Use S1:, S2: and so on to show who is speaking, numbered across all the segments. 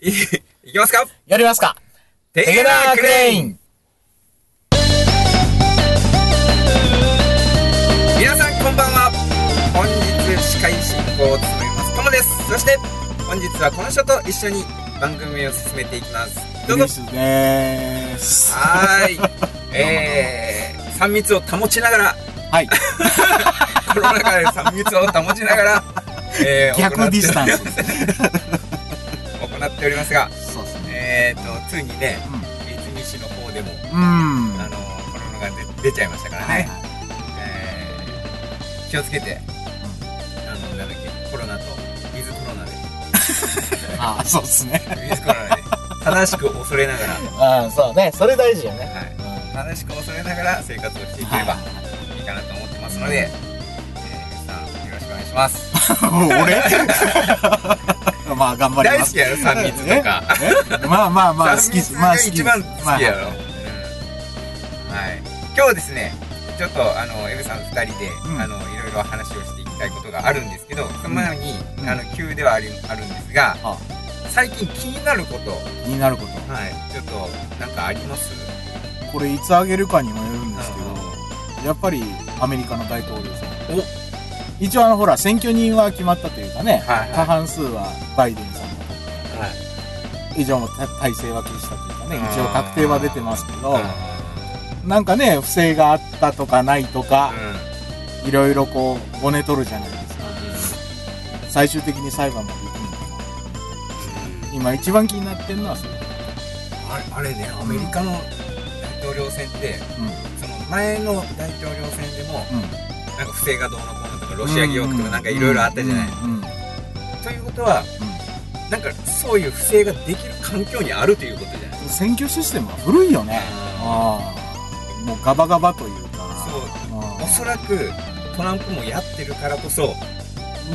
S1: いいきますか
S2: やりますか
S1: テ
S2: テゲダークレイン
S1: 皆さんこんばんは本日司会進行を務めますともですそして本日はこの人と一緒に番組を進めていきますどうぞ
S2: スでーす
S1: はーいえー、3密を保ちながら
S2: はい。
S1: コロナ禍で3密を保ちながら、えー
S2: 逆ディスタンス。
S1: 行っておりますが
S2: そうです
S1: え
S2: ね。
S1: ーとついにね
S2: うん。
S1: 泉市の方でも
S2: うん。
S1: あのコロナが出出ちゃいましたからね、
S2: はい。
S1: えー気をつけて、あのなんだっけコロナとウィズコロナで
S2: ああ、そうですね。
S1: ウィズコロナで正しく恐れながら、
S2: ああ、そうね。それ大事よ ね。
S1: はい、
S2: うん
S1: 正しく恐れながら生活をしていければいいかなと思ってますので、えー、皆さんよろしくお願いします
S2: 俺 まあ、頑張り
S1: 大
S2: ま
S1: 好
S2: す。
S1: きやろ3密とか
S2: え まあまあまあ、好
S1: 三
S2: き
S1: 密、
S2: ま
S1: が
S2: あ好き。
S1: 一番好きやろ、
S2: まあ
S1: うんはい今日ですねちょっとあのエブさん2人で、
S2: うん
S1: あのいろいろ話をしていきたいことがあるんですけどその前に、
S2: うん
S1: あの急ではありあるんですが
S2: あ
S1: 最近気になること、
S2: 気になること。
S1: はい、ちょっとなんかあります
S2: これいつあげるかにもよるんですけど、やっぱりアメリカの大統領選。一応あの、ほら、選挙人は決まったというかね、
S1: はいはい
S2: 過半数はバイデンさんが取って
S1: はい
S2: 以上もた体制は消したというかね、
S1: うん
S2: 一応確定は出てますけど、
S1: う
S2: なんかね、不正があったとかないとか、
S1: ん
S2: いろいろこう、ごね取るじゃないですか。最終的に裁判まで行くのか
S1: うん
S2: 今一番気になってるのはそれ。
S1: あれあれねアメリカの大統領選って
S2: うん。
S1: その前の大統領選でも
S2: うん。
S1: なんか不正がどうのこうのとかロシア疑惑とかなんかいろいろあったじゃない、
S2: うん。うんうん
S1: ということはなんかそういう不正ができる環境にあるということじゃない
S2: うん選挙システムは古いよね。ああ。もうガバガバという
S1: そ
S2: か。
S1: う
S2: ああ
S1: おそらくトランプもやってるからこそや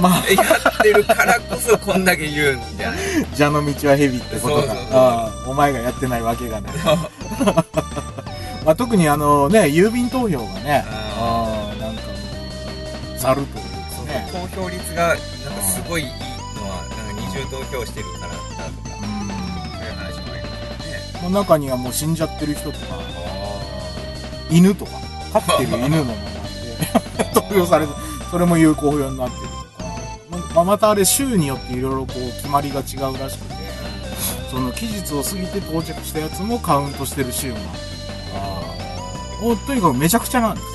S2: まあ、
S1: ってるからこそこんだけ言うんじゃない
S2: 蛇の道は蛇ってこと
S1: そうそ
S2: か
S1: うそう。
S2: ああお前がやってないわけがない。 まあ、特にあのね、郵便投票がね、ああ、なんかもう、ざるというかね。
S1: 投票率がなんかすごいいいのはなんか二重投票してるからだとか
S2: う
S1: そういう話もありますよね
S2: ん。の中にはもう死んじゃってる人とか、
S1: あ
S2: 犬とか、飼ってる犬の名 前で 投票されて、それも有効票になってるとか、まあ、またあれ州によっていろいろこう決まりが違うらしくて、その期日を過ぎて到着したやつもカウントしてる州もあっておとにかくめちゃくちゃなんです。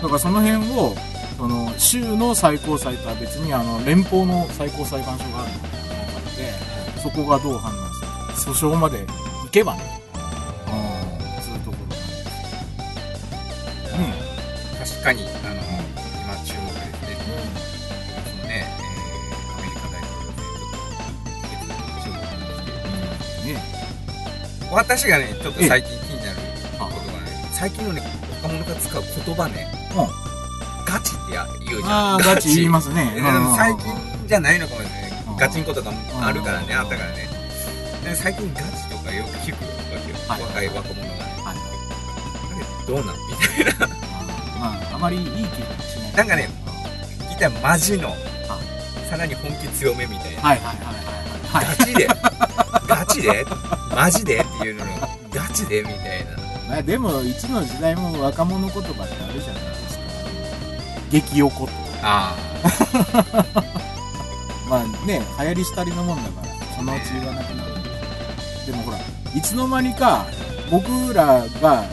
S2: だからその辺を、その州の最高裁とは別にあの連邦の最高裁判所があるので、そこがどう判断するか。訴訟まで行けばね、うん、そういうところなんですけどね。
S1: 確かにあの今注目ですねそのね、えー、アメリカ大統領選ちょっと決意注目なんですけ
S2: ね
S1: ど私がねちょっと最近気になる
S2: あ
S1: ことがね最近のね若者が使う言葉ね、ガチってや言うじゃ
S2: あ
S1: ん
S2: あ、ガチ言いますね。
S1: え
S2: うんうんう
S1: ー
S2: ん
S1: 最近じゃないのかもしれない
S2: うん
S1: ガチンコとかもあるからね
S2: うん
S1: あったからねで最近ガチとかよく聞くわけよ、
S2: はい
S1: 若い若者がね
S2: はい
S1: あれどうなんみたい
S2: あーまあ、あまりいい気分しない。
S1: なんかねなギターマジの
S2: あ
S1: さらに本気強めみたいな
S2: はいはいはいはいはい。
S1: ガチでガチでマジでっていうのがガチでみたいな
S2: まあ、でも、いつの時代も若者言葉ってあるじゃないですか。激おことか。
S1: あ
S2: まあね、流行り廃りのもんだから、そのうち言わなくなるんでしょうけど。でもほら、いつの間にか、僕らが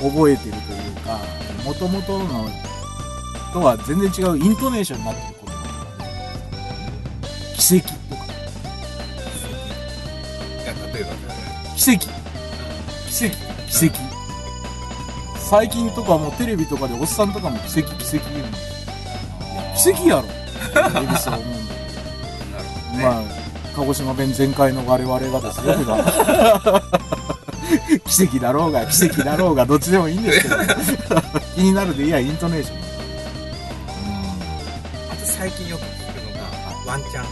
S2: 覚えてるというか、元々のとは全然違うイントネーションになってる言葉とかあるじゃないですか。奇跡とか。
S1: いや例えば
S2: 奇跡奇跡奇跡最近とかもうテレビとかでおっさんとかも奇跡奇跡言うんだよ奇跡や ろエビスは思うんだけ
S1: なるほど
S2: ど
S1: ね、
S2: まあ鹿児島弁全開の我々がですよ普段 奇跡だろうが奇跡だろうがどっちでもいいんで すけど気になるでいやイントネーション
S1: あと最近よく聞くのがワンチャン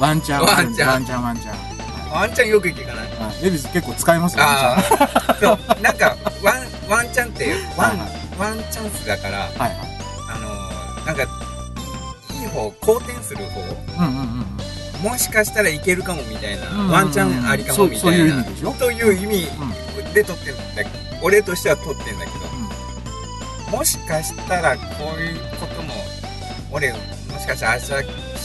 S2: ワンチャン
S1: ワンチャン
S2: ワンチャンワンチャンは
S1: ワンチャンよく聞かない
S2: いはいエビス結構使いますよワンチャン
S1: ああそうなんかワンワンチャンってワン
S2: はい
S1: ワンチャンスだから
S2: はいはい
S1: あのーなんかいいいい方好転する方
S2: うんうんうんうん
S1: もしかしたらいけるかもみたいな、
S2: うん
S1: ワンチャンありかもみ
S2: そ
S1: た
S2: うそう
S1: い
S2: いう
S1: な
S2: 意味でしょ
S1: という意味で撮ってるんだけど、俺としては撮ってんだけど、もしかしたらこういうことも俺もしかしたら明日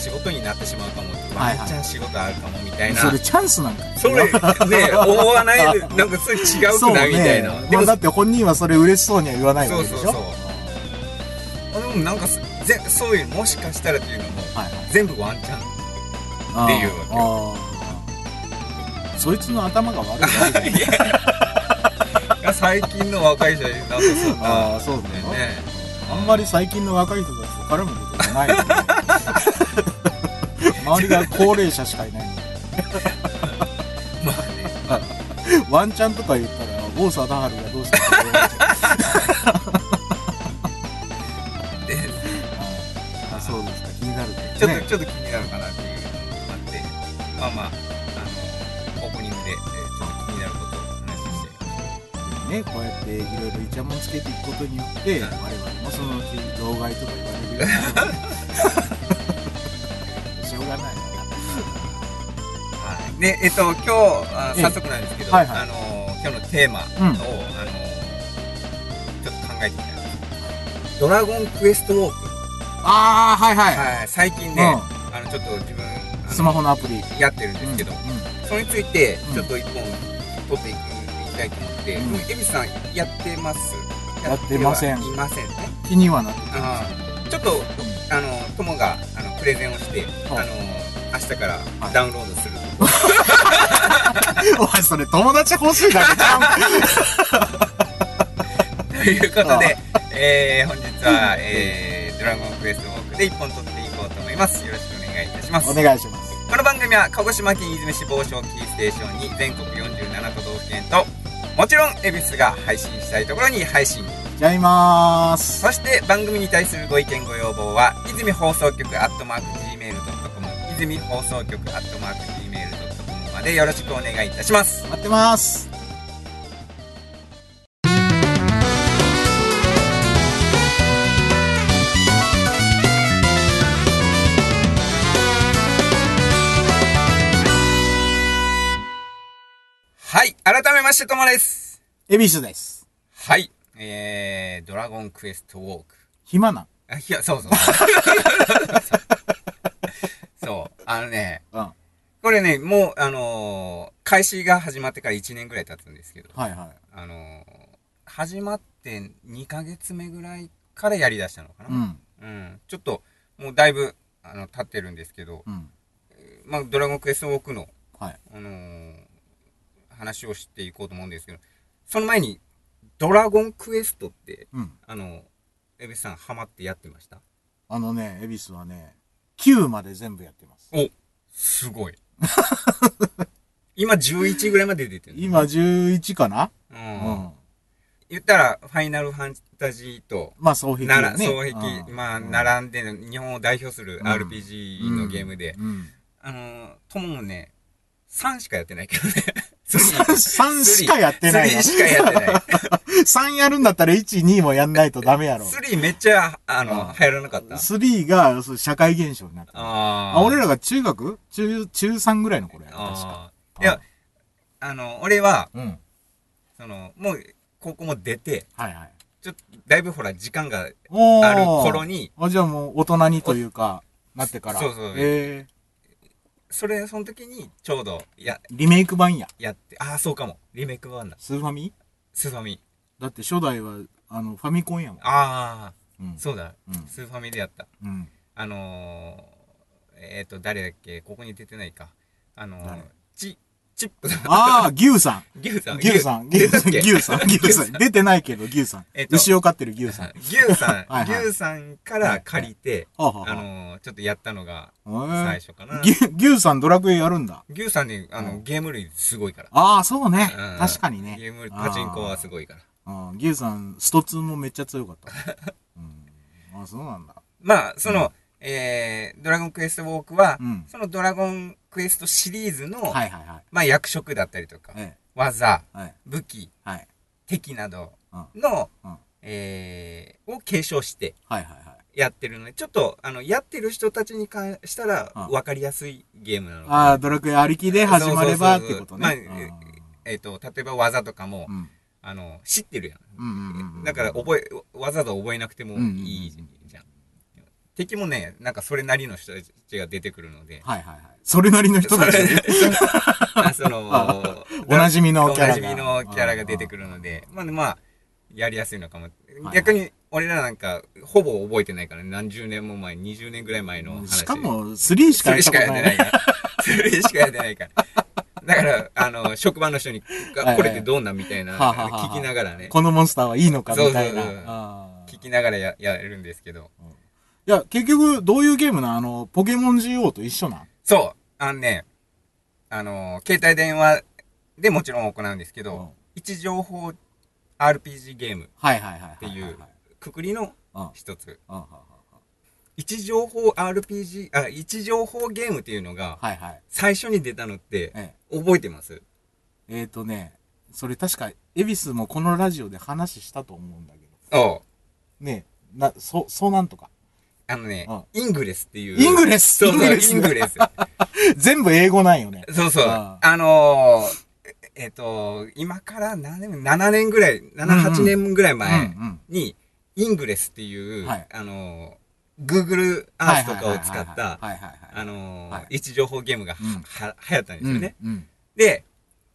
S1: 仕事になってしまうかもワ
S2: はいはい
S1: ンチャン仕事あるかもみたいな、
S2: それチャンスなんか
S1: それね思わ ないでなんかそれ違うくない、みたいな
S2: そうね
S1: でも
S2: まあ、だって本人はそれ嬉しそうには言わないわけでしょ
S1: そうそうそうあでもなんかすぜそういうもしかしたらっていうのも
S2: はいはい
S1: 全部ワンチャン
S2: あー
S1: っていうわけ
S2: あーそいつの頭が悪いわけじゃない
S1: 最近の若い人になんかそん
S2: あ
S1: な
S2: あそうだよ、
S1: ね
S2: あんまり最近の若い人たちと絡むことが ないよね周りが高齢者しかいないので
S1: まあね
S2: ワンチャンとか言ったら王貞治がどうしたかって言われちゃ
S1: で
S2: うあそうですか気になるね
S1: ちょっと、
S2: ね
S1: ちょっと気になるかなっていうのがあってまあまああのオープニングで、えーちょっと気になることを話して
S2: ねこうやっていろいろイチャモンつけていくことによって我々もそのうち老害とか言われるように しょうがないな
S1: はいでえっと今日あ
S2: ええ
S1: 早速なんですけど、
S2: はいはい
S1: あの今日のテーマを、
S2: うん
S1: あのちょっと考えてみたんですドラゴンクエストウォーク、
S2: ああはいはい、
S1: はい、最近ね、あのちょっと自分あの
S2: スマホのアプリ
S1: やってるんですけど、
S2: うんうん
S1: それについて
S2: うん
S1: ちょっと一本取っていくいきたいと思って、
S2: うん
S1: もう恵比寿さんやってます
S2: やってません
S1: やってはいませんね
S2: 気にはなって
S1: あーちょっとあの友があのプレゼンをして、
S2: はい
S1: あの明日から
S2: はい
S1: ダウンロードすると、
S2: おいそれ友達欲しいだけじゃん
S1: ということで、 えー本日は、えードラゴンクエストウォークで一本取っていこうと思いますよろしくお願いいたします
S2: お願いします
S1: この番組は鹿児島県出水市防潮キーステーションに全国47都道府県ともちろん恵比寿が配信したいところに配信
S2: じゃあいまーす
S1: そして番組に対するご意見ご要望は泉放送局 at mark gmail.com 泉放送局 at mark gmail.com までよろしくお願いいたします
S2: 待ってます
S1: はい改めましてともです
S2: 恵比寿です
S1: はいえー、ドラゴンクエストウォーク
S2: 暇なん
S1: あいやそう そうそうあのね
S2: うんは
S1: これねもうあのー開始が始まってから1年ぐらい経つんですけど
S2: いは
S1: あのー始まって2ヶ月目ぐらいからやりだしたのかな、
S2: いうん
S1: うん、ちょっともうだいぶあの経ってるんですけど、
S2: うん
S1: まあ、ドラゴンクエストウォークの、
S2: はい
S1: あのー話をしていこうと思うんですけど、その前に、ドラゴンクエストって、
S2: うん
S1: あのエビさんハマってやってました
S2: あのね恵比寿はね9まで全部やってます
S1: す ごい。今11ぐらいまで出てるの、
S2: 今11かな
S1: う
S2: うんん
S1: 言ったら、ファイナルファンタジーと、
S2: まあ総壁
S1: なら、
S2: ね
S1: 双璧、まあ、並んでる、日本を代表する
S2: ん
S1: RPG のゲームで、
S2: うん
S1: あのー、とももね、3しかやってないけ どね。3
S2: 3しかやってないな
S1: 3しかやってない。
S2: 3やるんだったら1、2もやんないとダメやろ。
S1: 3めっちゃ、あ
S2: う
S1: の、
S2: ん
S1: 流行らなかった。
S2: 3がそう社会現象になった。あ
S1: あー
S2: 俺らが中学中、中3ぐらいの頃やろ、確か。
S1: あーいや、あの、俺は、
S2: うん。はい
S1: その、もう、高校も出て、
S2: はい。
S1: ちょっと、だいぶほら、時間が
S2: おー
S1: ある頃に、
S2: あ、じゃあもう大人にというか、なってから。
S1: そうそう
S2: え
S1: それ、その時に、ちょうど、や、
S2: ー、リメイク版や。
S1: やって、ああ、そうかも。リメイク版だ。
S2: スーファミ
S1: スーファミ。
S2: だって初代は、あの、ファミコンやもん。
S1: ああ、
S2: うん。
S1: そうだ。
S2: うん。
S1: スーファミでやった。
S2: うん。
S1: あのー、えっ、と、誰だっけここに出てないか。あのー
S2: 誰、
S1: チ、チップさん。
S2: ああ、牛さん。
S1: 牛さん。
S2: 牛さん。
S1: 出
S2: 牛
S1: たっ
S2: さん。
S1: け
S2: 牛さん。牛さん。出てないけど、牛さん
S1: えっ。と
S2: 牛を飼ってる牛さん。
S1: 牛さ
S2: はいは
S1: ん。
S2: い
S1: 牛さんから借りて、
S2: はあは
S1: あのー、ちょっとやったのが
S2: あはあ。
S1: 最
S2: へ
S1: 初か
S2: ー
S1: な。
S2: 牛、牛さんドラクエやるんだ。
S1: 牛さんね、あ
S2: う
S1: の、
S2: ん
S1: ゲーム類すごいから。
S2: ああ、そうね
S1: うん。
S2: 確かにね。
S1: ゲーム類、パチンコはすごいから。
S2: うん、牛さん、スト2もめっちゃ強かった。うん。あそうなんだ。
S1: まあ、そうの、えー、ドラゴンクエストウォークは、
S2: うん。
S1: そのドラゴンクエストシリーズの、
S2: はいはいはい。
S1: まあ、役職だったりとか、
S2: え
S1: 技、
S2: え、はい。
S1: 武器、
S2: はい。
S1: 敵など
S2: うん。
S1: の、
S2: うん
S1: えー、を継承して、
S2: はいはいはい。
S1: やってるので、ちょっと、あの、やってる人たちに関したら
S2: うん、
S1: わかりやすいゲームなのかな
S2: ああ、ドラクエありきで始まればっ
S1: そうそ
S2: て
S1: うそう
S2: こと
S1: まあ
S2: ね。
S1: えっ、と、例えば技とかも、
S2: うんうん
S1: あの、知ってるやん。
S2: うんうんうん
S1: だから、覚え、わざわざ覚えなくてもいいじゃん。敵もね、なんかそれなりの人たちが出てくるので、
S2: はいはいはい。それなりの人たち。
S1: あそ の、
S2: おなじみのキャラが。
S1: おなじみのキャラが出てくるので、まあ、まあ、やりやすいのかも
S2: は。い
S1: 逆に、俺らなんか、ほぼ覚えてないからね、何十年も前、20年ぐらい前
S2: う
S1: の
S2: ん。うん
S1: 話。
S2: しか、も、3し
S1: そ
S2: かや
S1: れ
S2: った
S1: し
S2: こ
S1: か
S2: と
S1: やって
S2: な。
S1: ない いから。それしかやってないから。だから、あの、職場の人に、
S2: いはい
S1: これってどうなんみたいな、
S2: はあはあはあ
S1: 聞きながらね、
S2: このモンスターはいいのかみたいな
S1: そうそうそう。
S2: あー
S1: 聞きながらややるんですけど。
S2: いや、結局、どういうゲームなんあの、ポケモン GO と一緒なん
S1: そう、あのね、あの、携帯電話でもちろん行うんですけ
S2: うん
S1: ど、位置情報 RPG ゲーム、
S2: はいはいはいはい。って
S1: いうくくりの一つ。
S2: は
S1: 位置情報 RPG、あ、位置情報ゲームっていうのが、
S2: いはい。
S1: 最初に出たのって、
S2: え
S1: 覚えてます
S2: えーとね、それ確か、恵比寿もこのラジオで話したと思うんだけど。
S1: おう
S2: ねえ、な、そ、そうなんとか。
S1: あのね、イングレスっていう。
S2: イング
S1: レ
S2: レス
S1: そうそう、イング
S2: ね
S1: レス。
S2: 全部英語なんよね。
S1: そうそう。
S2: あ
S1: あのー、ええっ、と、今から何年、7年ぐらい、7、8年ぐらい前
S2: うん
S1: に、イングレスっていう、
S2: はい
S1: あのー、Google
S2: うん。はい
S1: Earth とかを使った、
S2: はいはいはいは
S1: あ
S2: い。
S1: のー
S2: はい
S1: 位置情報ゲームがは、
S2: うん
S1: は流行ったんですよね。
S2: うん。
S1: で、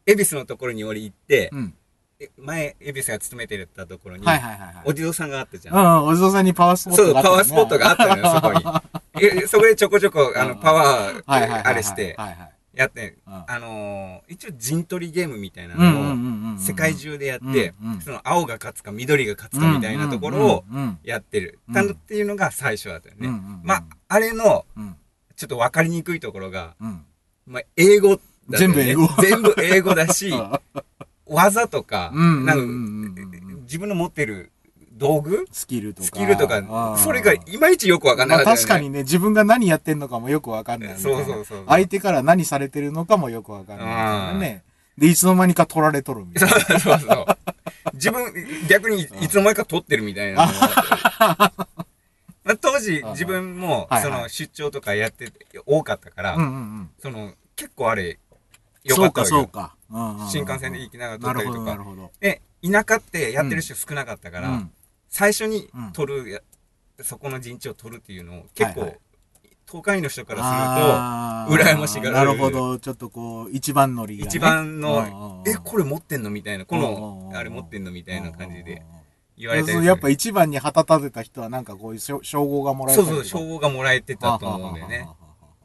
S1: 恵比寿のところに俺行って
S2: う、ん。
S1: え前、恵比寿が勤めてたところ
S2: う
S1: に、
S2: んはいはいはいはい。
S1: お地蔵さんがあったじゃん。
S2: うん、お地蔵さんにパワースポッ
S1: そう、
S2: トがあった、
S1: パワースポットがあったの よ、そこに。えそこでちょこちょこ、あの、
S2: うん
S1: パワー、
S2: はいはいはいはい。
S1: あれして、
S2: はいはい。
S1: やって、
S2: うん
S1: あのー一応陣取りゲームみたいな
S2: うんうん
S1: のを、
S2: うんうんうん。
S1: 世界中でやって
S2: うんうん、
S1: その青が勝つか緑が勝つかみたいなところを
S2: うんうん
S1: やってる。
S2: うん
S1: たのっていうのが最初だったよ
S2: うんうん、うん
S1: ね。
S2: うんうん
S1: まあ、あれの、
S2: うん
S1: ちょっと分かりにくいところが、
S2: うん。
S1: まあ、英語だったよね
S2: 全部英語
S1: 全部英語だ し、技とか、
S2: うん
S1: な
S2: うん
S1: か
S2: んうん
S1: 自分の持ってる道具
S2: スキルとか。
S1: スキルと
S2: あ
S1: か
S2: ー、
S1: それがいまいちよくわかんな
S2: ま
S1: か
S2: あ
S1: ったよね。
S2: 確かにね、自分が何やってんのかもよくわかんないみたいな。
S1: そうそうそう
S2: 相手から何されてるのかもよくわかんないみたいなね。で、いつの間にか取られとるみたいな。
S1: そうそうそう。自分、逆にいいつの間にか撮ってるみたいなのが。まあ、当時
S2: ああ、
S1: 自分も
S2: は、い
S1: そ
S2: は
S1: の出張とかやってて多かったから、
S2: うんうんうん。
S1: その、結構あれ、よか
S2: そう
S1: った
S2: か
S1: わけ
S2: そう
S1: よ。
S2: か。うんうんうん
S1: 新幹線で行きながら撮
S2: な
S1: った
S2: る
S1: り
S2: ほど
S1: と
S2: な
S1: か
S2: る。ほど。
S1: で、田舎ってやってる人少なかったから、
S2: うん
S1: 最初に撮るや、そこの陣地を撮るっていうのを、結構、
S2: はいは
S1: 東海の人から
S2: あ
S1: すると羨ましがる
S2: なるほど。ちょっとこう、一番乗り
S1: す
S2: が
S1: ると、一
S2: ね。
S1: 番
S2: うんうん
S1: の
S2: う、ん
S1: え、これ持ってんのみたいな、こ
S2: うんうん
S1: の
S2: う、ん
S1: あれ持ってんのみたいな感じ
S2: うんうん
S1: で
S2: うんうん。
S1: 言われて
S2: そうやっぱ一番に旗立てた人はなんかこういうしょ称号がもらえた
S1: そう
S2: りと
S1: そう、
S2: か
S1: 称号がもらえてたと思うんだよね。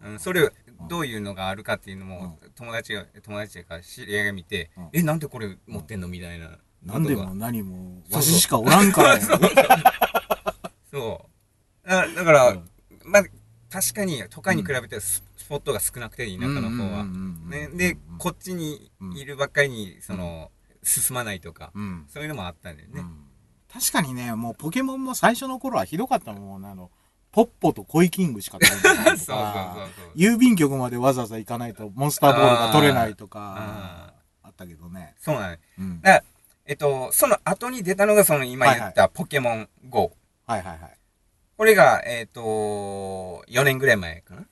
S1: うん、それをどういうのがあるかっていうのも、友達が、友達が知り合いが見て、
S2: うん
S1: え、なんでこれ持ってんのみたいな。
S2: なんで
S1: こと
S2: も
S1: が
S2: 何も、
S1: そうそう
S2: わししかおらんからや。
S1: そう。だだから、
S2: うん
S1: まあ、確かに都会に比べてス,、ポットが少なくて、田舎の方は。
S2: うんうんうんうん
S1: ね、で、こっちにいるばっかりに、その、進まないとか、
S2: うん
S1: そういうのもあったんだよ
S2: う
S1: ね。
S2: ん確かにね、もうポケモンも最初の頃はひどかったもん。あの、ポッポとコイキングしか取れないとか。
S1: そうそうそうそう。
S2: 郵便局までわざわざ行かないとモンスターボールが取れないとか
S1: あ、
S2: あったけどね。
S1: そうなの、ね。
S2: うん
S1: だからえっと、その後に出たのが、その今言ったポケモン GO。
S2: はいはいはい。
S1: これが、えっ、と、4年ぐらい前かな。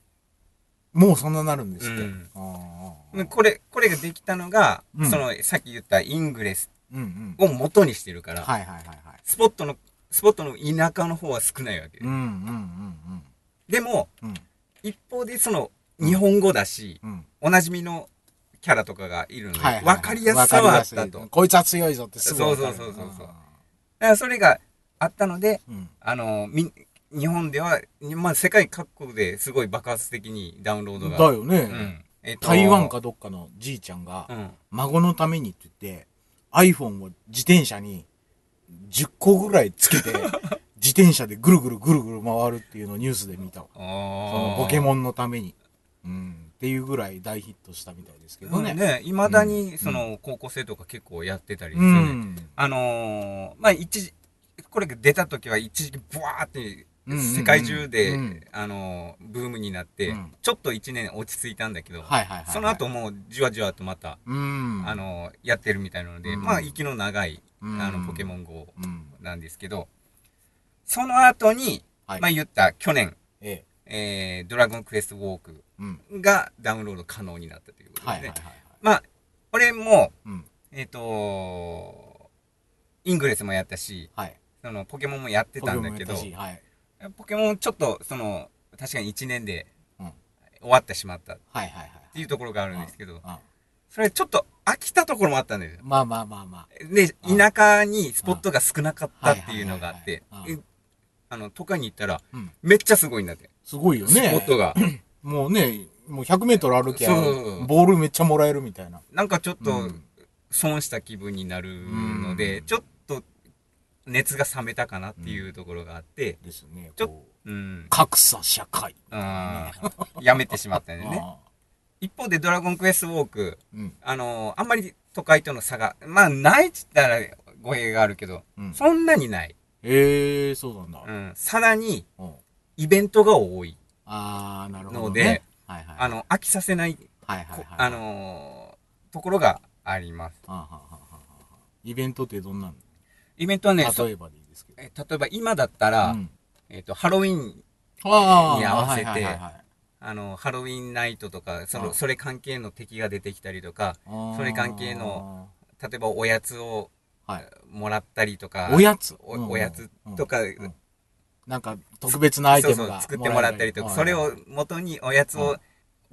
S2: もうそんななるんですって。
S1: うん
S2: あーあーあー
S1: でこれ、これができたのが、
S2: うん
S1: その、さっき言ったイングレス
S2: うんうん。
S1: を元にしてるから、
S2: はいはいはいはい。
S1: スポットの、スポットの田舎の方は少ないわけで
S2: うんうんうん
S1: でも、
S2: うん。うん
S1: 一方でその、日本語だし、
S2: うん。
S1: おなじみのキャラとかがいるので、わ、
S2: はいはいはい
S1: かりやすさはあったと。
S2: わかりやす
S1: だ
S2: い
S1: か
S2: こいつは強いぞってすぐわかる
S1: そうそうそうそうそうらそれがあったので、
S2: うん
S1: あの、み、日本では、まあ、世界各国ですごい爆発的にダウンロード
S2: だ
S1: が。
S2: よね、
S1: うん。えっと
S2: 台湾。かどっかのじいちゃんが
S1: うん。
S2: 孫のためにって言って iPhone を自転車に10個ぐらいつけ て自転車でぐるぐるぐるぐる回るっていうのをニュースで見たわ
S1: そ
S2: その
S1: の
S2: ポケモンのために、うん、っていうぐらい大ヒットしたみたいですけど
S1: ね、
S2: ね
S1: ね、いまだに、その、高校生とか結構やってたりす
S2: う
S1: るね、
S2: ん
S1: あのーまあ、一時、これが出た時は一時期、ブワーって
S2: うんうんうん、
S1: 世界中で、
S2: うん
S1: あのーブームになって、
S2: うん
S1: ちょっと一年落ち着いたんだけど、
S2: はいはいはい、はい、
S1: その後もう、じわじわとまた、
S2: うん
S1: あ、のーやってるみたいなので、
S2: うん
S1: まあ、息の長い、
S2: うん
S1: あの、ポケモン GO
S2: うん
S1: なんですけど、その後に、
S2: はい
S1: まあ言った去年、
S2: ええ。
S1: えー、ドラゴンクエストウォーク
S2: うん。
S1: がダウンロード可能になったということ
S2: はい
S1: で
S2: は
S1: す
S2: い
S1: ね。
S2: はい。
S1: まあ、これも、
S2: うん。
S1: えっ、とイングレスもやったし、
S2: はい。
S1: そのポケモンもやってたんだけど
S2: ポ、ケモンもやったしはい。
S1: ポケモンちょっと、その、確かに1年で
S2: うん
S1: 終わってしまったっ
S2: はいはいはい。
S1: ていうところがあるんですけど、
S2: うん
S1: それちょっと飽きたところもあったんですよ。
S2: まあまあまあま
S1: で、
S2: うん
S1: 田舎にスポットが少なかったっていうのがあって
S2: はいはいはいはい、
S1: あの、都会に行ったら
S2: あ。うん。
S1: めっちゃすごいんだって。
S2: すごいよ
S1: スポ
S2: ね。
S1: ット が。
S2: もうね、もう100メートル歩きゃ
S1: そう、
S2: ボールめっちゃもらえるみたいな。
S1: なんかちょっ
S2: う
S1: と
S2: ん
S1: 損した気分になるので、
S2: うん
S1: ちょっと熱が冷めたかなっていうところがあって、
S2: ですね。
S1: ちょ
S2: こう
S1: うん。
S2: 格差社会。
S1: あーやめてしまったん でね。
S2: あ
S1: 一方でドラゴンクエストウォーク、
S2: ーうん。
S1: あのーあんまり都会との差が、まあ、ないって言ったら語弊があるけど、
S2: うん。
S1: そんなにない。
S2: ええ、そうなんだ
S1: う。ん。さらに、
S2: うん
S1: イベントが多い。
S2: ああ、なるほど。
S1: ので、
S2: はいはい。
S1: あ、の、飽きさせない、
S2: はいはいは
S1: こ
S2: い。
S1: あ、のーところがあります。
S2: はあはあはあはあはあイベントってどんなの
S1: イベントはね、そ
S2: 例えばでいいですけど。
S1: え例えば今だったら、
S2: うん
S1: えっ、と、ハロウィン、
S2: あー
S1: に合わせて
S2: はいはいはいはい
S1: あの、ハロウィンナイトとか、そ
S2: あ
S1: の、それ関係の敵が出てきたりとか、
S2: あー
S1: それ関係の、例えばおやつを
S2: はい、
S1: もらったりとか、
S2: おやつ。
S1: お
S2: うん
S1: おやつとか、
S2: んなんか特別なアイ
S1: そう
S2: テ
S1: そ
S2: ム
S1: う
S2: が
S1: 作ってもらったりとか、
S2: はい
S1: それを元におやつを、
S2: うん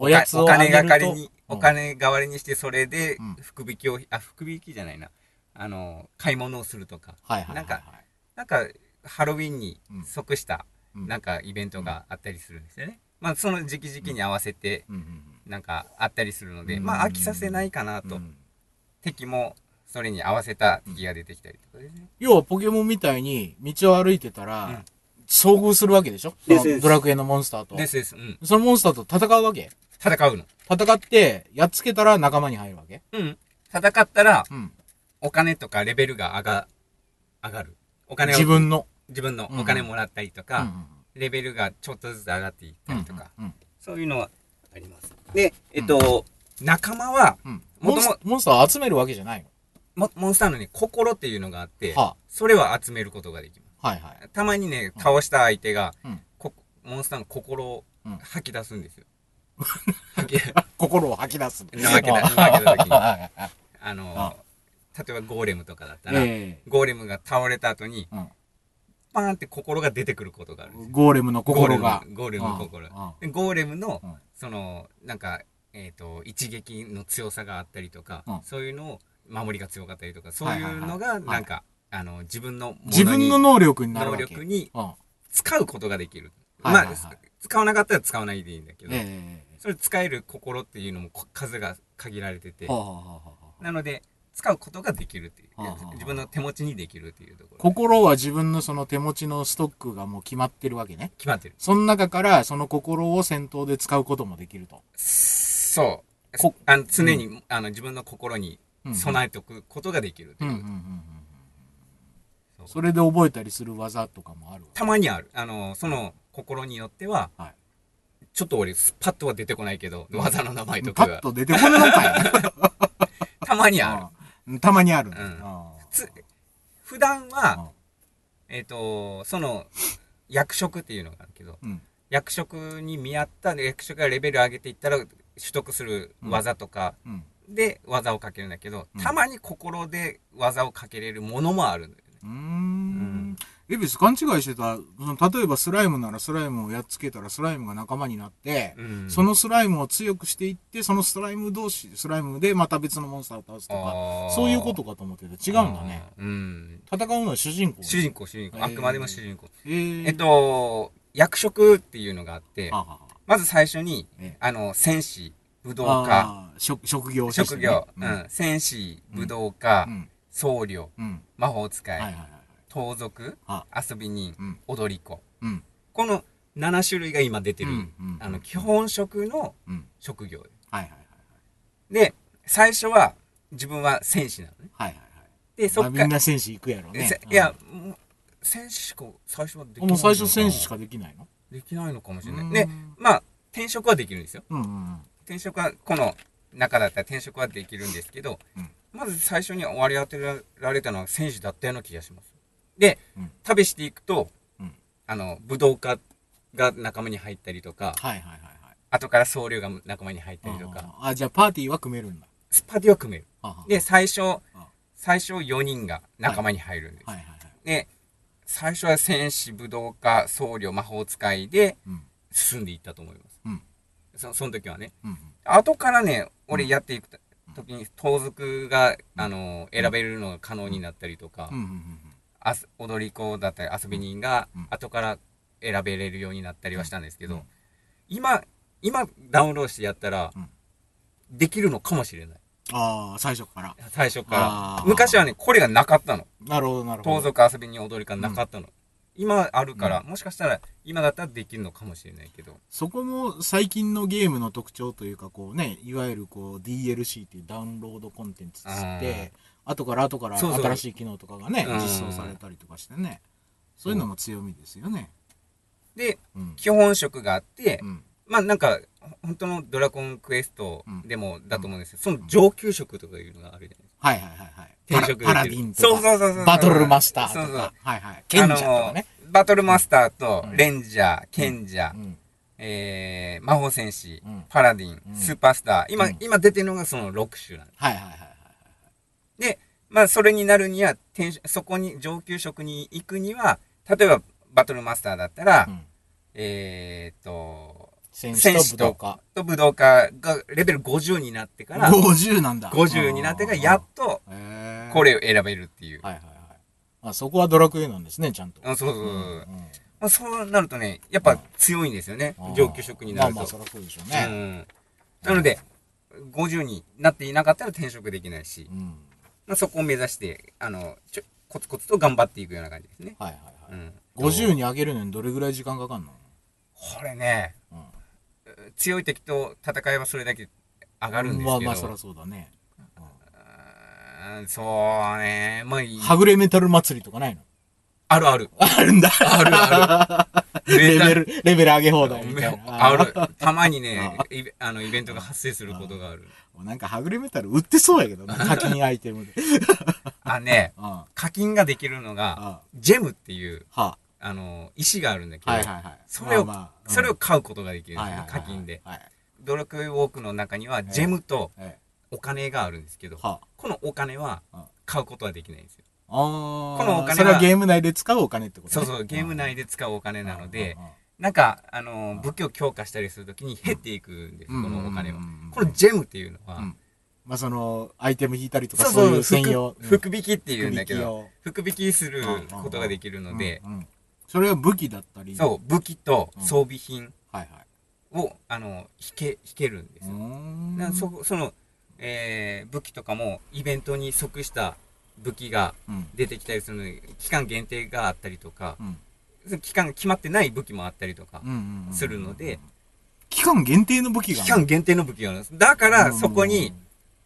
S2: おやつを
S1: お
S2: あ
S1: 金
S2: げ
S1: が
S2: ると
S1: かりに、お金代わりにして、それで
S2: うん、
S1: 福引きを、あ、福引きじゃないな。あの、買い物をするとか、
S2: はいはいはいはい
S1: なんかなんか、ハロウィンに
S2: うん
S1: 即した、
S2: うん
S1: なんか、イベントがあったりするんですよね。まあ、その時期時期に合わせて、
S2: うんうんうん
S1: なんか、あったりするの
S2: う
S1: で、
S2: ん
S1: まあ、飽きさせないかな
S2: う
S1: と。
S2: ん
S1: 敵も、それに合わせた敵が出てきたりとかですね。
S2: 要はポケモンみたいに道を歩いてたら、
S1: うん
S2: 遭遇するわけでしょ
S1: です
S2: その
S1: です
S2: ドラクエのモンスターと。
S1: ですです。うん。
S2: そのモンスターと戦うわけ
S1: 戦うの。
S2: 戦って、やっつけたら仲間に入るわけ
S1: うん。戦ったら、
S2: うん。
S1: お金とかレベルが上が、上がる。お金を、
S2: 自分の。
S1: 自分の
S2: うん
S1: お金もらったりと
S2: うん
S1: か、
S2: うん
S1: レベルがちょっとずつ上がっていったりとか、
S2: うんうん
S1: そういうのはあります。で、えっと、仲間は、
S2: うんモ
S1: もと
S2: ン
S1: も
S2: スモンスターを集めるわけじゃないの
S1: モモンスターのね、心っていうのがあって、
S2: は
S1: それは集めることができま
S2: あ、はいはい。
S1: す。たまにね、倒した相手が、
S2: うん
S1: こモンスターの心を
S2: うん
S1: 吐き出すんです よ。吐き、
S2: 心を吐き出す。
S1: 吐き 出す吐き出す時に
S2: はいはい
S1: あの、
S2: あ
S1: 例えばゴーレムとかだったら、
S2: え
S1: ゴーレムが倒れた後に、
S2: うん
S1: パーンって心が出てくることがあるんです
S2: え
S1: よ。
S2: ゴーレムの心が。
S1: ゴーレムの心
S2: うんうん
S1: でゴーレムの、
S2: うん
S1: そのなんかえっ、と一撃の強さがあったりとか、
S2: うん
S1: そういうのを守りが強かったりとかそういうの
S2: はいはいは
S1: が
S2: い
S1: なんか、あの自分のも
S2: 自分の
S1: に
S2: 能力になる
S1: 能
S2: わけ。
S1: 力に
S2: うん。
S1: 使うことができる、
S2: はいはいはい
S1: まあ使わなかったら使わないでいいんだけど、
S2: ええ
S1: それ使える心っていうのもこ数が限られてて
S2: はあはあはあはあ
S1: なので使うことができるっていう
S2: はあはあはあ
S1: 自分の手持ちにできるっていうところ
S2: 心は自分のその手持ちのストックがもう決まってるわけね。
S1: 決まってる
S2: その中からその心を戦闘で使うこともできると。
S1: そう
S2: こ
S1: あの常に、あの自分の心に備えておくことができるって
S2: う
S1: い
S2: ん
S1: う
S2: うんうんうんう
S1: そ
S2: ん。
S1: う
S2: それで覚えたりする技とかもあるわけ
S1: たまにある。あの、その心によっては、
S2: はい
S1: ちょっと俺、パッとは出てこないけど、技の名前と
S2: パ
S1: か
S2: ッ
S1: が、
S2: と出てこないのかよ。
S1: たまにあ
S2: うんたまにあるね。
S1: うん
S2: あ
S1: る。
S2: ー
S1: つ普段は、
S2: あ
S1: えっ、と、その、役職っていうのがあるけど、
S2: ーうん。
S1: 役職に見合った、役職がレベル上げていったら、取得する技とか
S2: うん。
S1: で技をかけるんだけど、
S2: うん
S1: たまに心で技をかけれるものもあるんだよね。
S2: うー
S1: ん
S2: ん。エビス勘違いしてた、その例えばスライムならスライムをやっつけたらスライムが仲間になって、
S1: うん
S2: そのスライムを強くしていって、そのスライム同士、スライムでまた別のモンスターを倒すとか、
S1: あー
S2: そういうことかと思ってて、違うんだね。。
S1: うん。
S2: 戦うのは主人公。
S1: 主人公、主人公。あくまでも主人公。
S2: えー、
S1: えっ、と、役職っていうのがあって
S2: は、はは
S1: まず最初に
S2: ええ、
S1: あの、戦士、武道家、
S2: あー職職業として
S1: 職
S2: ね
S1: 業、
S2: う。
S1: うんん、戦士、武道
S2: う
S1: 家、
S2: ん。
S1: 僧侶、
S2: うん。
S1: 魔法使
S2: はいはい
S1: い、
S2: はい。
S1: 盗賊
S2: あ、
S1: 遊び人
S2: うん、
S1: 踊り子。
S2: うん。
S1: この7種類が今出てる
S2: う、んうん
S1: あの、基本職の
S2: うん。
S1: 職業。
S2: はいはいはい。
S1: で、最初は、自分は戦士なのね。
S2: はいはいはい。
S1: で、そ
S2: まあ
S1: っ
S2: み
S1: か
S2: んな戦士行くやろう
S1: え
S2: ね
S1: せ。
S2: うん
S1: いや、、もう戦士しか最初はできない
S2: も
S1: の
S2: う
S1: かな。
S2: 最初戦士しかできないの
S1: できないのかもしれ
S2: う
S1: なんい。で、まあ、転職はできるんですよ。
S2: うんうんうん。
S1: 転職はこの中だったら転職はできるんですけど、
S2: うん
S1: まず最初に割り当てられたのは選手だったような気がしますで、
S2: うん
S1: 旅していくと、
S2: うん
S1: あの、武道家が仲間に入ったりとか、
S2: はいはいはいはい。
S1: 後から僧侶が仲間に入ったりとか、
S2: あーあ、じゃあパーティーは組めるんだ。
S1: スパディを組める。
S2: はは
S1: で、最初
S2: あ、
S1: 最初4人が仲間に入るんです。
S2: はいはいはい。
S1: で、最初は戦士、武道家、僧侶、魔法使いで
S2: うん。
S1: 進んでいったと思います。
S2: うん
S1: そその時はね。
S2: うんうん。
S1: 後からね、俺
S2: うん
S1: やっていくと時に盗賊が、あの、選べるのが可能になったりとか、
S2: うんうんうん
S1: あす踊り子だったり遊び人が
S2: うん
S1: 後から選べれるようになったりはしたんですけど、
S2: うん
S1: 今今ダウンロードしてやったら、
S2: うん
S1: できるのかもしれない
S2: ああ、最初から。
S1: 最初か
S2: あー
S1: ら昔はねこれがなかったの
S2: なるほどなるほど。
S1: 盗賊遊び人踊り子がなかったの、今あるから、もしかしたら今だったらできるのかもしれないけど
S2: そこも最近のゲームの特徴というか、こうね、いわゆるこう DLC っていうダウンロードコンテンツっつって、後から後から
S1: そうそう
S2: 新しい機能とかがね、
S1: うん
S2: 実装されたりとかしてね。そういうのも強みですよね。
S1: で
S2: うん。
S1: 基本色があって、
S2: うん。
S1: まあなんか本当のドラゴンクエストでもだと思うんですけど、その上級色とかいうのがあるじゃないですか
S2: はいはいはいはい。
S1: 転職できる
S2: パラパラディンとか。
S1: そうそうそうそう
S2: バトルマスターとか。
S1: そうそう
S2: はいはい。賢者とかね。
S1: あのバトルマスターと
S2: うん
S1: レンジャー、賢者、
S2: うん。
S1: えー、魔法戦士、
S2: うん
S1: パラディン、
S2: うん
S1: スーパースター。今、
S2: うん
S1: 今出てるのがその6種なんです。
S2: はいはいはいはい。
S1: まあ、それになるには、転職そこに上級職に行くには、例えばバトルマスターだったら、
S2: うん
S1: えーっと、
S2: 戦
S1: 戦
S2: 士
S1: 士
S2: と武道
S1: と
S2: 家。
S1: と武道家がレベル50になってから、
S2: 50なんだ。
S1: 50になってから、やっと
S2: あー。へー
S1: こ。れを選べるっていう。
S2: はいはいはい。あそこはドラクエなんですね、ちゃんと。
S1: あそうそうそう。
S2: うんうん
S1: まあ、そうなるとね、やっぱ強いんですよね
S2: あー。
S1: 上級職になると。
S2: まあまあ、そりゃそうでしょう
S1: う
S2: ね。
S1: ん、なので、50になっていなかったら転職できないし
S2: う、ん。
S1: まあ、そこを目指して、あの、ちょコツコツと頑張っていくような感じですね。
S2: はいはいは
S1: うん、
S2: い。50に上げるのにどれぐらい時間かかんの
S1: これね、
S2: うん。
S1: 強い敵と戦えばそれだけ上がるんですけど、
S2: まあまあ、そりゃそうだね。うん
S1: うんそうね、まあいい、
S2: はぐれメタル祭りとかないの
S1: あるある。
S2: あるんだ。
S1: あるあ る。
S2: レベ
S1: ル
S2: ル、レベル上げ放題みたいな。
S1: ある。たまにね、イベあのイベントが発生することがある。
S2: なんかはぐれメタル売ってそうやけどな、課金アイテムで。
S1: あ、ね、
S2: うん。あ
S1: 課金ができるのが、
S2: あ
S1: ジェムっていう、
S2: は
S1: あの、石があるんだけど、
S2: はいはいはい。
S1: それを
S2: まあまあ
S1: それを、買うことができ
S2: うん
S1: る、
S2: はいはいはい
S1: 課金で。
S2: はい。
S1: ドラクエウォークの中にはジェムと
S2: え
S1: お金があるんですけ
S2: え
S1: ど、
S2: は
S1: このお金は
S2: うん
S1: 買うことはできないんですよ。
S2: あ。こ
S1: このお金は
S2: それはゲーム内で使うお金ってこと
S1: そうそう、ゲーム内
S2: で
S1: で使うお金なので、、なんか、あのー、武器を強化したりするときに減っていくんです、
S2: う
S1: こ
S2: ん
S1: のお金は
S2: うんうんうんうん。
S1: このジェムっていうの
S2: う
S1: は
S2: ん、まあその、アイテム引いたりとか
S1: そう
S2: そう
S1: そ、
S2: いうう専用。
S1: 福福引きっていうんだけ
S2: 福引き
S1: ど、
S2: を
S1: 福引きすることができるので、
S2: うんうんそれは武器だったり。
S1: そう、武器と
S2: うん
S1: 装備品
S2: う。はいはい。
S1: を、あの、引け、引けるんです
S2: う
S1: よ。
S2: ーん
S1: なそこその、えー武器とかもイベントに即した武器が
S2: うん。
S1: 出てきたりするので期間限定があったりとか
S2: う、ん。
S1: その期間が決まってない武器もあったりとか
S2: うんうんうん
S1: するので、
S2: 期間限定の武器
S1: 期
S2: が。
S1: 間限定の武器があるんですだか
S2: から
S1: そこに、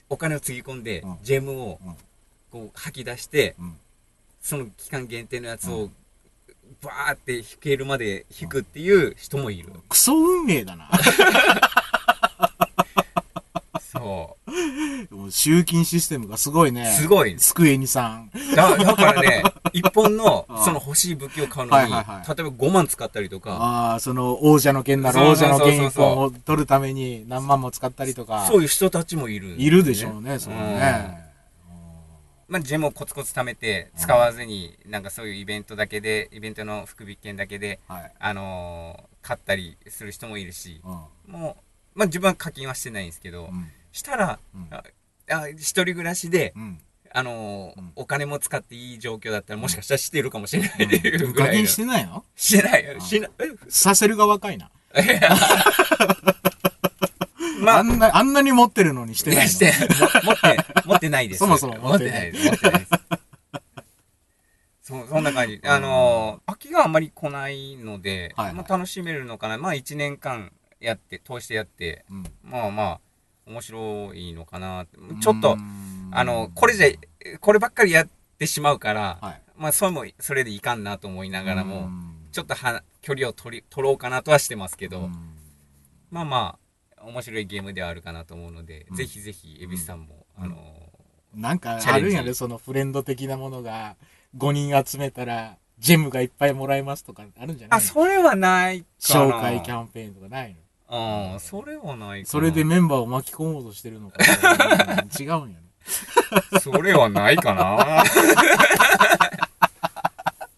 S1: お金をつぎ込んで
S2: うん
S1: ジェムを
S2: うん
S1: こう吐き出して
S2: うん
S1: その期間限定のやつ
S2: う
S1: をバーって引けるまで引くっていう人もいる
S2: クソ運 命だな。
S1: そ
S2: もう集金システムがすごいうね。
S1: すごい
S2: スクエニさん。
S1: だだから ね一本の
S2: ああ
S1: その欲しい武器を買うのに例えば
S2: はいはいはい
S1: 5万使ったりとか
S2: ああ、その王者の剣なら王者の剣一本を取るために何万も使ったりとか。
S1: そういう人たちもいるんすね
S2: いるでしょうね、そこね。
S1: まあ、ジェムをコツコツ貯めて使わずに、なんかそういうイベントだけでイベントの福引券だけで、
S2: はい。
S1: あのー買ったりする人もいるし
S2: うん
S1: もう、まあ、自分は課金はしてないんですけど、
S2: うん
S1: したら
S2: うん
S1: ああ一人暮らしで、
S2: うん。
S1: あのー
S2: うん
S1: お金も使っていい状況だったらもしかしたらしてるかもしれないって いうぐらい
S2: 課
S1: の、
S2: 金してないの
S1: してない
S2: あ
S1: よしな
S2: させる側かいな。
S1: えま
S2: あ
S1: あ
S2: んな、あんなに持ってるのにして
S1: い
S2: な
S1: や
S2: い
S1: して
S2: の。
S1: も持って持ってないです
S2: そもそも
S1: 持ってないです持ってないですそうそんな感じ
S2: うん
S1: あのー秋があんまり来ないので、
S2: はいはい
S1: まあ、楽しめるのかなまあ1年間やって通してやって
S2: うん
S1: まあまあ面白いのかなってちょっと、あのこれじ
S2: ゃ、
S1: ゃこればっかりやってしまうから、
S2: はい。
S1: まあそれもそれでいかんなと思いながらも、
S2: うん
S1: ちょっとは距離を取り取ろうかなとはしてますけど、
S2: うん
S1: まあまあ、面白いゲームではあるかなと思うので、
S2: うん
S1: ぜひぜひ、蛭子さんも、
S2: うん
S1: あの
S2: なんか
S1: チャ
S2: あ
S1: レンジ
S2: るんやで、そのフレンド的なものが、5人集めたら、ジェムがいっぱいもらえますとかあるんじゃない
S1: あ、それはないか
S2: 紹
S1: な。
S2: 介キ
S1: ン。
S2: ャンペーンとかないの
S1: うん、それはないかな。
S2: それでメンバーを巻き込もうとして るのかな違うんやね。
S1: それはないか な。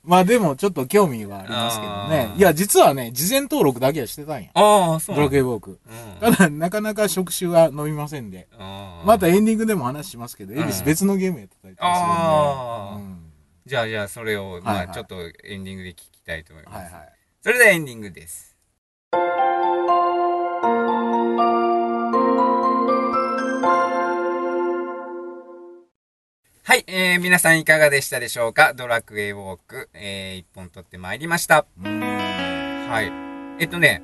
S2: まあでもちょっと興味はありますけどね
S1: あ。ー
S2: いや、実はね、事前登録だけはしてたんや。
S1: ああ、そう
S2: ドラ
S1: な
S2: クエウォーク。
S1: うん
S2: ただ、なかなか触手が伸びませんで。
S1: あー
S2: またエンディングでも話しますけど、
S1: うん
S2: エビス別のゲームやってたりとか
S1: あー
S2: するんで。うん
S1: じゃあ、じゃあ、それを、
S2: はい
S1: ま
S2: は
S1: あ、
S2: い
S1: ちょっとエンディングで聞きたいと思います。
S2: はいはい。
S1: それではエンディングです。はい、えー、皆さんいかがでしたでしょうかドラクエウォーク、えー、一本撮ってまいりました。はい。えっとね、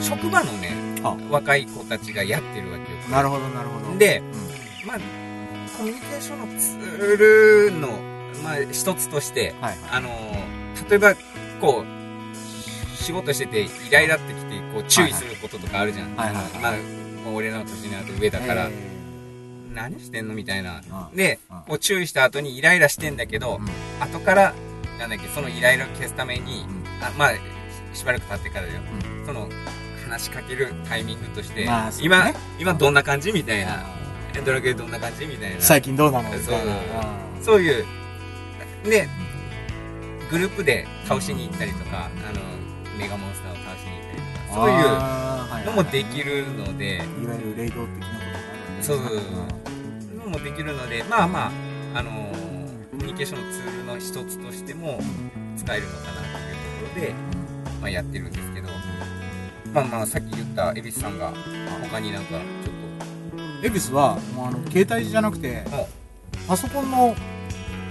S1: 職場のね
S2: あ、
S1: 若い子たちがやってるわけよ。
S2: なるほど、なるほど。
S1: で
S2: う、ん、
S1: まあ、コミュニケーションのツールの、まあ、一つとして、
S2: はい
S1: あのー例えば、こう、仕事しててイライラってきて、こう、注意することとかあるじゃん。
S2: はいはいはいはい
S1: まあ、もう俺らの年になると上だから、
S2: え
S1: 何してんのみたいな。
S2: ー
S1: で
S2: うん、
S1: こう注意した後にイライラしてんだけど、
S2: うん
S1: 後から、なんだっけ、そのイライラを消すために、
S2: うん
S1: あまあ、ししばらく経ってからだよ。
S2: う
S1: その、話しかけるタイミングとして、
S2: まあそう
S1: 今
S2: ね、
S1: 今どんな感じみたいな。
S2: あ
S1: えドラクエどんな感じみたい
S2: ー
S1: な。
S2: 最近どうなのみ
S1: そう
S2: たいな。うん
S1: そういう、で、グループで倒しに行ったりとか、あの、メガモンスターを倒しに行ったりとか、そういう
S2: あーはいはい
S1: のもできるので、
S2: いわゆるレイド的なこと
S1: そう
S2: があるんですね
S1: のもできるので、まあまあ、あのーコミュニケーションのツールの一つとしても使えるのかなっていうところで、まあやってるんですけど、まあまあ、さっき言った恵比寿さんが、他になんか、ちょっ
S2: うん恵比寿はもうあの携帯じゃなくてパソコンの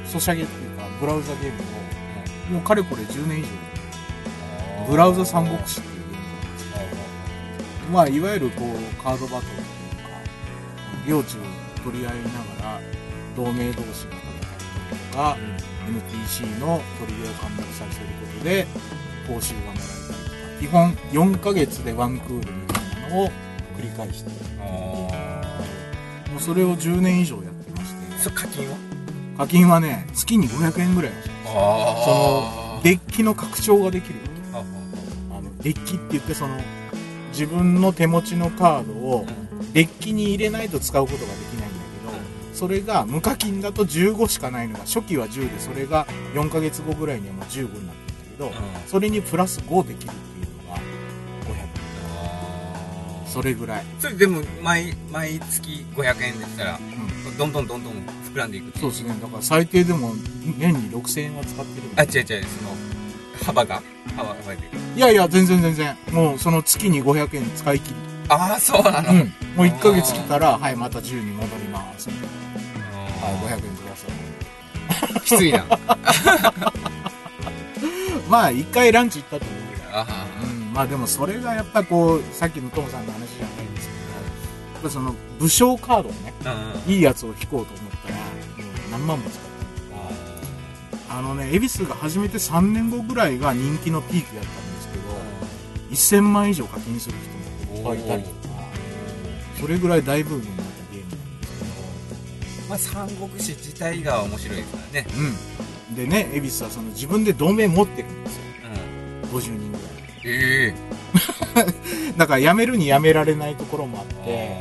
S2: ソシャゲっていうかブラウザゲームをもうかれこれ10年以上
S1: と、
S2: ブラウザ三国志っていうゲームなんですけどまあいわゆるこうカードバトルっていうか領地を取り合いながら同盟同士が戦ったりとか
S1: うん
S2: NPC の取り入れを完了させることで報酬がもらえたりとか基本4ヶ月でワンクールみたいなのを繰り返して
S1: あ
S2: もうそれを10年以上やってまし
S1: ー
S2: て
S1: そ課金は
S2: 課金はね月に500円ぐらいました
S1: あ
S2: デッキの拡張ができる
S1: ああ
S2: あのデッキって言ってその自分の手持ちのカードをデッキに入れないと使うことができないんだけどそれが無課金だと15しかないのが初期は10でそれが4ヶ月後ぐらいにはもう15になってるんだけど、それにプラス5できるっていうのが500それぐらい、
S1: それでも毎毎月500円でしたら
S2: うん、
S1: どんどんどんどん膨らんでいく
S2: そうですねだから最低でも年に6000円は使ってる
S1: あ違う違うその幅が幅が増えていく
S2: いやいや全然全然もうその月に500円使い切り、
S1: ああそうなの、
S2: うん
S1: はい、
S2: もう1ヶ月来たらはいまた10に戻りますはい500円ください
S1: きついな
S2: まあ1回ランチ行ったと思う
S1: あ
S2: うん、まあでもそれがやっぱこうさっきのトムさんの話じゃないんですけどやっぱその武将カードをね
S1: ーうん
S2: いいやつを引こうと思ったらもう何万も使ってあのね恵比寿が始めて3年後ぐらいが人気のピークだったんですけど1000万以上課金する人もいっぱいいたりとかそれぐらい大ブームになったゲームなんです
S1: まあ三国志自体が面白いですからね
S2: けどうんでね恵比寿はその自分で同盟持ってるんですよ
S1: うん
S2: 50人ぐら
S1: え
S2: いだから辞めるに辞められないところもあっ
S1: え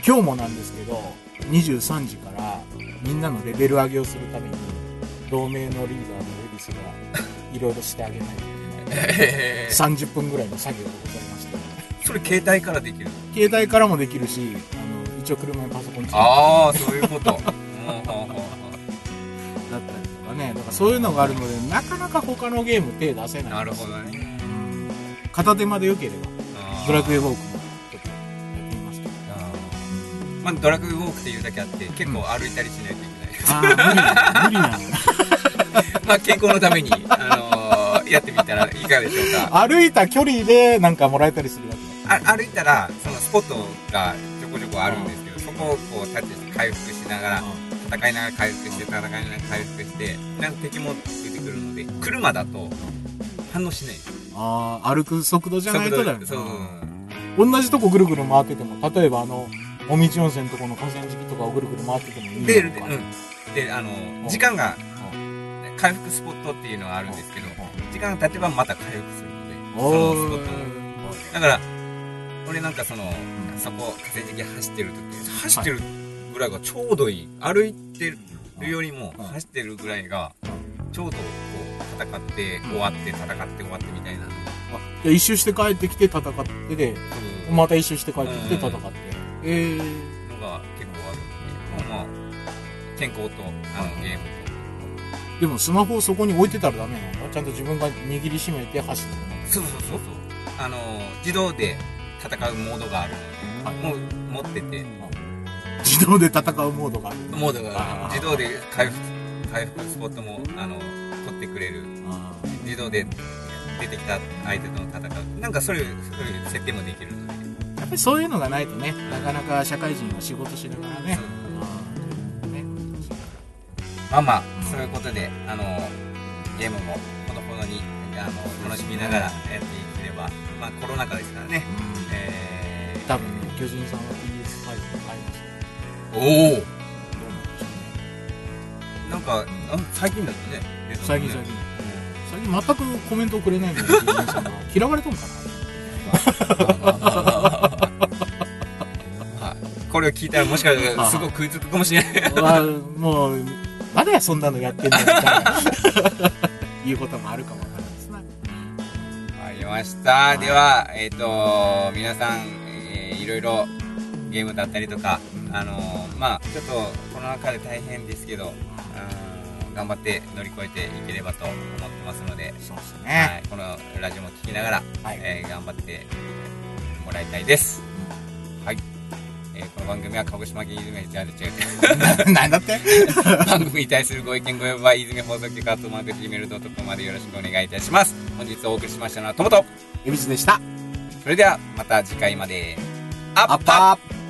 S2: て今日もなんですけど23時からみんなのレベル上げをするために同盟のリーダーの恵比寿がいろいろしてあげないといけない
S1: えー
S2: 30分ぐらいの作業がございまして
S1: それ携帯からできる
S2: 携帯からもできるしあの一応車にパソコンつけてだっ
S1: ああそういうことうんうんうん
S2: たりとかねだからそういうのがあるのでなかなか他のゲーム手出せ
S1: うん
S2: な
S1: ない
S2: ん
S1: る
S2: です
S1: ほどね
S2: うん片手間でよければドラクエウォークもちょっとやってみますけど
S1: あーまあ、ドラッグウォークっていうだけあって結構歩いたりしないといけな
S2: ああ無理だ無理なの
S1: いまあ健康のた めに、あのーやってみたらいかがでしょうか
S2: 歩いた距離でなんかもらえたりするわけだ
S1: あ歩いたらそのスポットがちょこちょこあるんですけどそこをこうタッチして回復しながら戦いながら回復して戦いながら回復してなんか敵も出てくるので車だと反応しない
S2: ああ、歩く速度じゃないとだよね。
S1: そうそう
S2: 同じとこぐるぐる回ってても、例えばあの、尾道温泉のとこの河川敷とかをぐるぐる回っててもいい
S1: で
S2: の
S1: で,、
S2: か
S1: うん、であの時間が
S2: う
S1: 回復スポットっていうのはあるんですけど、時間が経てばまた回復するので、そのスポットも。だから、俺なんかその、
S2: ん
S1: そこ、河川敷走ってる時、走ってるぐらいがちょうどいい。歩いてるよりも、
S2: うん
S1: 走ってるぐらいが、ちょうどこう、戦って、
S2: うん
S1: 終わって、戦って終わってみたいな。
S2: あじゃあ一周して帰ってきて戦ってで
S1: うん
S2: また一周して帰ってきて戦って、
S1: うん
S2: ええ
S1: のが結構あるので、まあまあ、健康と、あの、ゲーム
S2: でもスマホをそこに置いてたらダメなのかちゃんと自分が握りしめて走ってもらう
S1: と。そうそうそうそう。あの、自動で戦うモードがある
S2: はい
S1: ので、もう持ってて、
S2: 自動で戦うモードがある
S1: モードが
S2: あー
S1: 自動で回復、回復スポットも、あの、取ってくれる。
S2: あ
S1: 自動で出てきた相手と戦うなんかそれそういう設定もできるので、
S2: ーやっぱりそういうのがないとねなかなか社会人は仕事しながらね
S1: そう
S2: あーね
S1: まあまあそういうことであのゲームもほどほどにあの楽しみながらやっていければまあコロナ禍ですからね、えー、
S2: 多分ね巨人さんは PS5 を買いました
S1: おお
S2: どうなんでしょうね
S1: なんかあ最近だったね出たのね
S2: 最近最近最近全くコメントをくれないので、ジュンさんが嫌われとんか
S1: はいこれを聞いたらもしか したらすごい食いつくかもしれない
S2: な。わもう、まだやそんなのやってんのみたいな、 いうこともあるかもわからないですな。
S1: わかりました。では、えっ、と、皆さん、えーいろいろゲームだったりとか、
S2: うん
S1: あのーまあ、ちょっとコロナ禍で大変ですけど、うーん頑張って乗り越えていければと思ってますので、
S2: そうです
S1: は
S2: ね。
S1: い、このラジオも聞きながら、
S2: はい。
S1: えー頑張ってもらいたいです。はい。えーこの番組は鹿児島県泉じゃあ違う
S2: なんだって
S1: 番組に対するご意見ご要望は泉放送局アットマーク Gmail.com までよろしくお願いいたします。本日お送りしましたのはトモト
S2: エビスでした。
S1: それではまた次回まで。ア
S2: ア
S1: ッパー
S2: ー